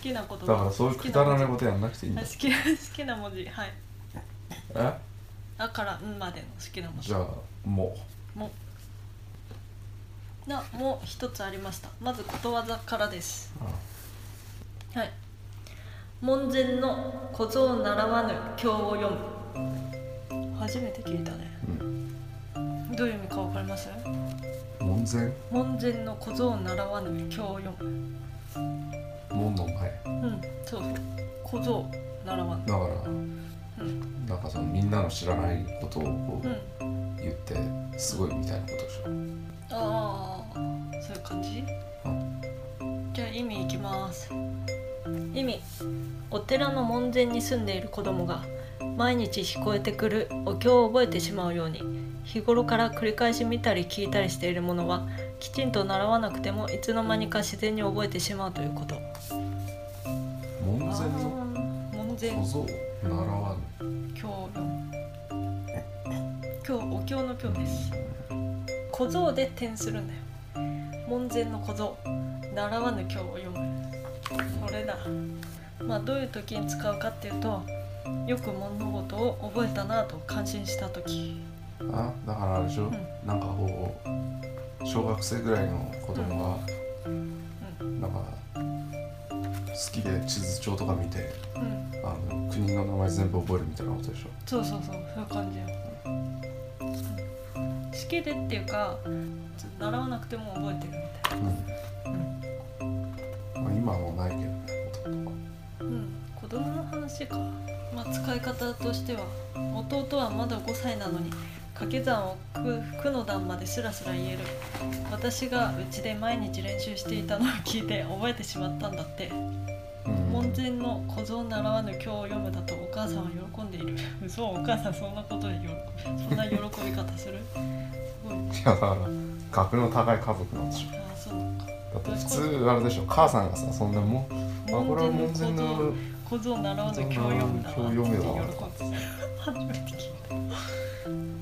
きなことだからそういうくだらないことやんなくていいんだ好き な文字好きな好きな文字はいえあからんまでの好きな文字じゃあももなもう一つありましたまずことわざからですう、うんはい門前の小僧習わぬ経を読む初めて聞いたね、どういう意味かわかります門前門前の小僧習わぬ経を読む門の前うんそうそう小僧習わぬだから、んなんかそのみんなの知らないことをこううん言ってすごいみたいなことでしょ、ああそういう感じうんじゃあ意味いきます意味お寺の門前に住んでいる子供が毎日聞こえてくるお経を覚えてしまうように日頃から繰り返し見たり聞いたりしているものはきちんと習わなくてもいつの間にか自然に覚えてしまうということ門前あーの門前小僧習わぬ教教お経の教です小僧で点するんだよ門前の小僧習わぬ経を読むこれだまあどういう時に使うかっていうとよく物事を覚えたなと感心した時あだからあれでしょ、んなんかこう小学生ぐらいの子供が、うなんか好きで地図帳とか見てうんあの国の名前全部覚えるみたいなことでしょそうそうそうそういう感じようん好きでっていうか習わなくても覚えてるみたいなまあ、今はもうないけどねほとんどはうん、子供の話か、まあ、使い方としては弟はまだ5歳なのに掛け算をく九の段まですらすら言える私がうちで毎日練習していたのを聞いて覚えてしまったんだってうん門前の小僧習わぬ経を読むだとお母さんは喜んでいる嘘お母さんそんなことで喜ぶそんな喜び方するすごいいやだから格の高い家族なんでしょああそうなのかだって普通あれでしょ母さんがさそんなもんあこれは門前の小僧習わぬ教養部だなって言って喜んでた初めて聞いた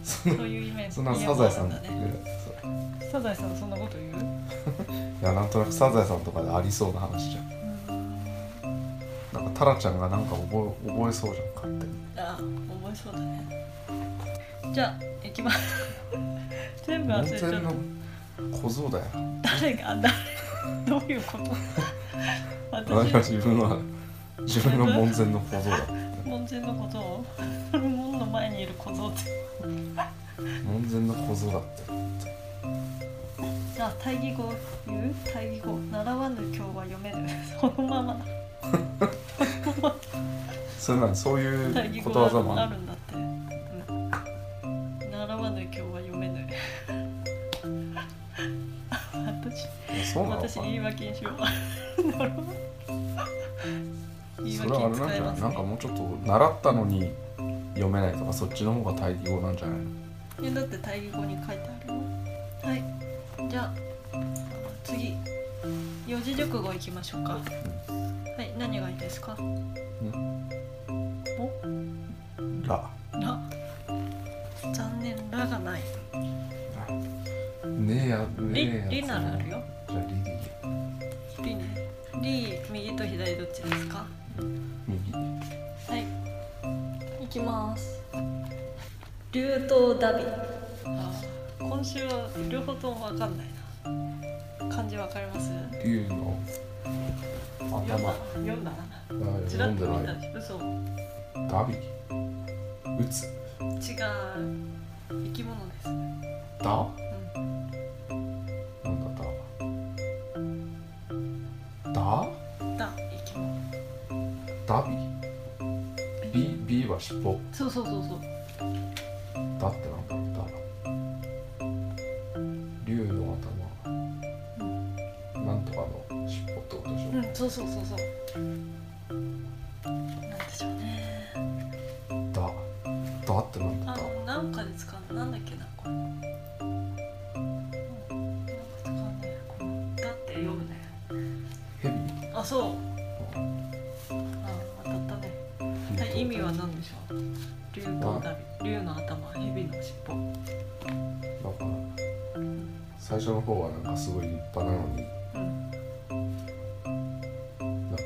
そういうイメージそんなサザエさんだぐらいねサザエさんそんなこと言ういやなんとなくサザエさんとかでありそうな話じゃんなんかタラちゃんがなんか覚え覚えそうじゃん勝手にああ覚えそうだねじゃあ行きます 全部忘れちゃった門前の小僧だよ誰が誰どういうこと私は私自分は自分が門前の小僧だ門前のことを門の前にいる小僧って門前の小僧だってじゃあ対義語を言う対義語習わぬ今日は読めるそのままだそれなにそう対い義う語ことわざもがああ るるんだって、うん習わぬ今日は読めぬ私いやそうなの私か言い訳にしようなるほど言いそれはあ訳れになん使えますじゃないなんかねもうちょっと習ったのに読めないとかそっちの方が対義語なんじゃないのいやだって対義語に書いてあるよはいじゃあ次四字熟語いきましょうかはい何がいいですかおらら残念らがないねえやりねえやりならあるよじゃあリリーりねり右と左どっちですか右はい。行きます。竜とダビ。あー今週は両方ともわかんないな。漢字わかります？竜の読ん頭だあ。読んだ。ちら読っんでと見なたいし、嘘。ダビ打つ違う。生き物です。ダうん。なんだダダだ生き物。ダビビビは尻尾そうそうそうそう。だってなんだダ竜の頭なんとかの尻尾ってことでしょ、うん、そうそうそうそう。なんでしょうね。だだってなんだあだのなんかで使うのなんだっけなこれ。うんなんか使うね。このだって読むね。ヘビあ、そう。あ、当たったね。はい、意味は何でしょう。竜の頭、竜の頭、蛇の尻尾。だから最初の方はなんかすごい立派なのにうん、なん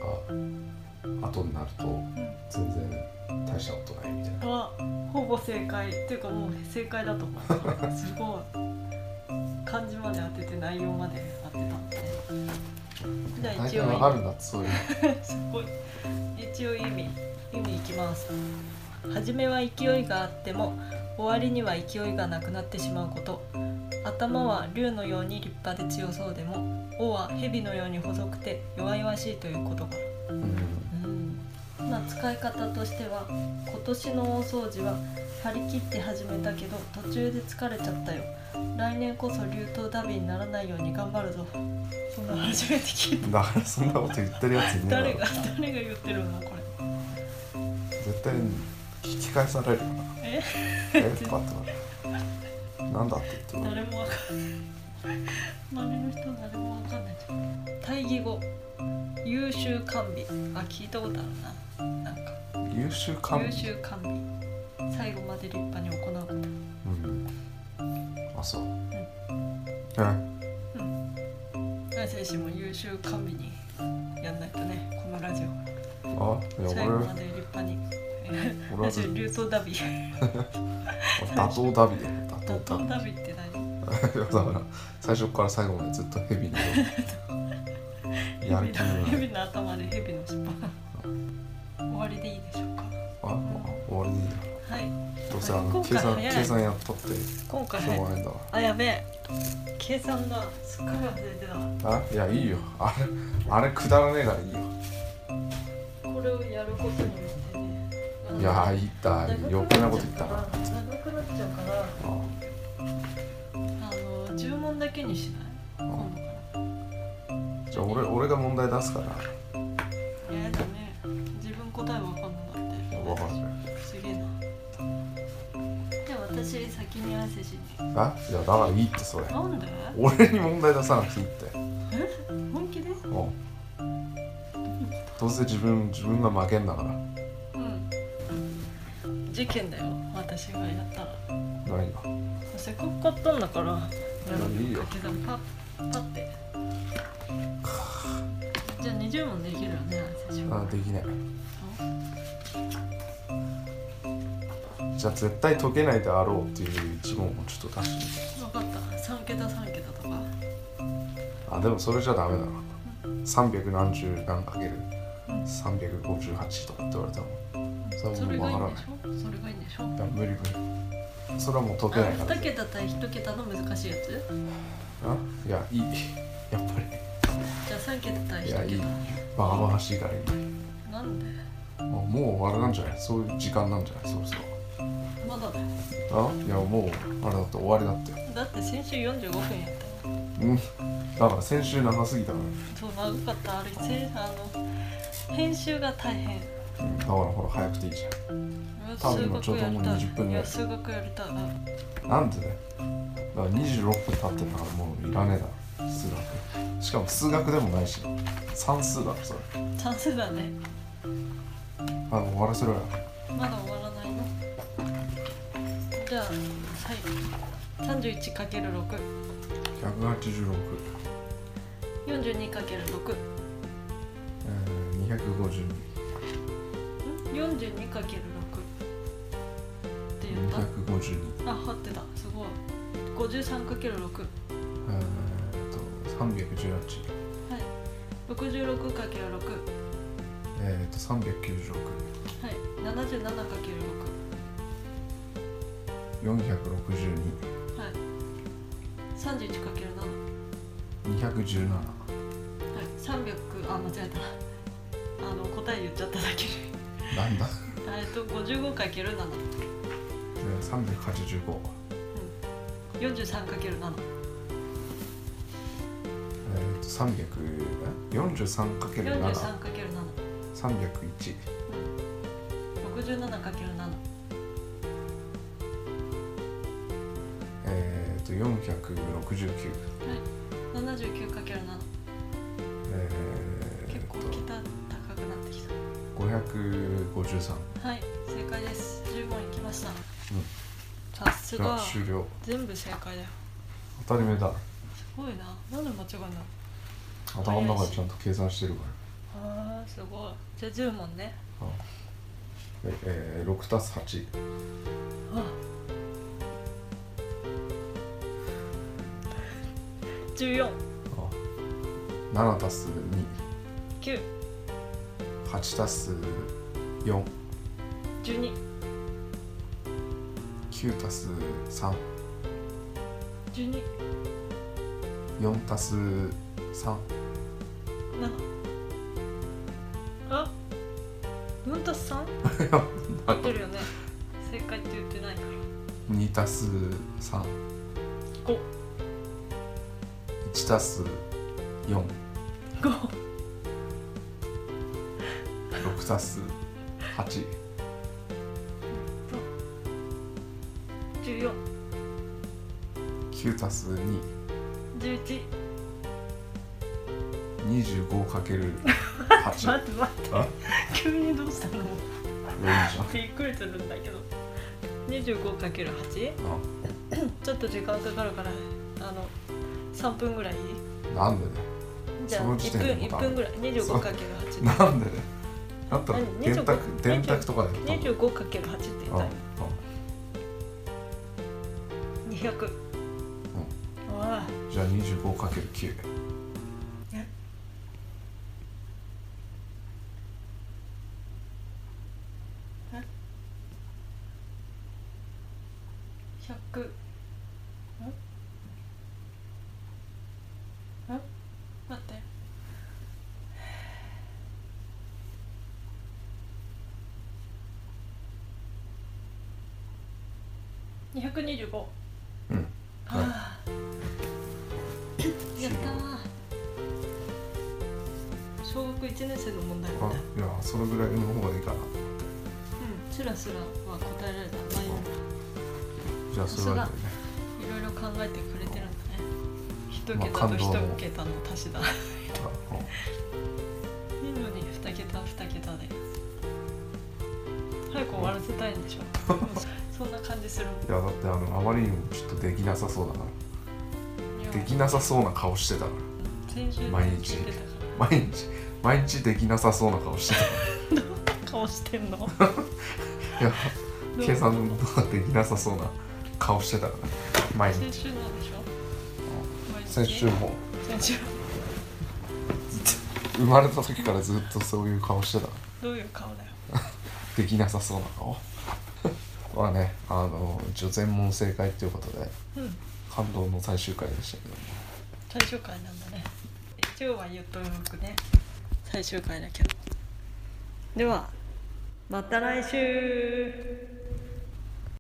か後になると全然大したことないみたいなはほぼ正解っていうかもう正解だと思ったすごい漢字まで当てて内容まで当てたんでじゃあ大一体応はあるなそういうすごい一応意味意味いきます初めは勢いがあっても終わりには勢いがなくなってしまうこと頭は竜のように立派で強そうでも尾は蛇のように細くて弱々しいということからうんうんまあ使い方としては今年の大掃除は張り切って始めたけど途中で疲れちゃったよ来年こそ流頭ダビにならないように頑張るぞそんな初めて聞いただからそんなこと言ってるやついねえだ誰ろが誰が言ってるのこれ絶対聞き返されるよなええとかってなるなんだって言ってる誰もわかんない周りの人誰もわかんないじゃん対義語優秀完備あ聞いたことあるななんか優秀感優秀完備最後まで立派に行うことうんあそう、え大選手も優秀完備にやんないとねこのラジオあいや最俺後まで立派に俺はラジオ流走ダビ打倒ダビだよ打ドット倒ダビダビって何いやだから最初から最後までずっとヘビのやる気にな蛇るの頭で蛇の尻尾終わりでいいでしょうかあもう終わりでいいよはいどうせあの今計回算早い計算やっとってし今回ょうがはないんだわあやべえ計算だすっかり忘れてたあいやいいよあれあれくだらねえからいいよこれをやることによってねいやーいいった余計なこと言ったなら長くなっちゃうからああの10問だけにしない今度からじゃあ俺俺が問題出すからやだね自分答えわかんなかった分かるすげえなじゃあ私先に汗しにあいやだからいいってそれなんで俺に問題出さなくていいって本気でもうどうせ自分自分が負けんだからうん事件だよ私がやったら何がせっかく買ったんだからやろういいよかけ算パッパッてじゃあ20問できるよね汗しはあできないじゃあ絶対解けないであろうっていう一問をちょっと出してみて分かった3桁3桁とかあでもそれじゃダメだな300何十何かけるうん358とかって言われたもんそれはそれもがういいんで分からなしいょそれがいいんでしょいや無理無理それはもう解けないから2桁対1桁の難しいやつあいやいいやっぱりじゃあ3桁対い1や桁いいバカバカしいからいいなんでもうもうあれなんじゃないそういう時間なんじゃないそろそろまだだよあいやもうあれだって終わりだってだって先週45分やったようんだから先週長すぎたのよそう長かったあれせあの編集が大変うんだからほら早くていいじ多分数今ちょ学うどやもりう20た分いいぐらいや数学やりたいなゃんなんでねだから26分経ってんだからもういらねえだろ数学しかも数学でもないし算数だろそれチャンスだねあ終わらせろよまだ終わらないのじゃあはい 31×642×6 186えー252 42×6 って言った252あ合ってたすごい 53×6 えーっと318 66×6 えーっと396はい 77×6 462はい 31×7 217はい300あ間違えたあの答え言っちゃっただけでなんだえっと 55×743×7 えー385えーっと300え 43×7 43×7 301 67×7 えー、っと469 79×7 えー、結っ構と桁高くなってき553たはい正解です10問いきましたうさすんがが終了全部正解だよ当たり前だすごいななんで間違いない頭の中でちゃんと計算してるかあーすごいじゃあ10問ねええー、6たす8あ14 7たす9 28たす49 12たす12 34たす3 7あ4たす 3? 合ってるよね正解って言ってないから2たす31 5たす46五たす8十四9たす十一225かける 8待って待ってあ急にどうしたのいいじゃんびっくりするんだけど 25×8 ちょっと時間かかるからあの3分ぐらいいいうんなんでねじゃあその時1分1点でもう分ぐらいそう 25×8 なんでねだったら何電卓25電卓とかでやったの 25×8 って言ったら200わあうんうんじゃあ 25×9 100んん待って225うんああやったー小学1年生の問題みたいあいやそれぐらいの方がいいかなうんスラスラは答えられたまあいいのかじゃあそれはねいろいろ考えてくれてるんだね一まあ桁と感動一も桁の足しだうんいいのに二桁二桁で早く終わらせたいんでしょもうそんな感じするもんいやだってあのあまりにもちょっとできなさそうだからいやできなさそうな顔してたか先週毎日聞いてたからら毎日毎日できなさそうな顔してたか顔して んのらいや計算ができなさそうな顔してたから毎日先週なんでしょ毎日先週も先週生まれた時からずっとそういう顔してたからどういう顔だよできなさそうな顔 はねあの一応全問正解ということでうん感動の最終回でしたけども最終回なんだね一応は言っとくね最終回だけどではまた来週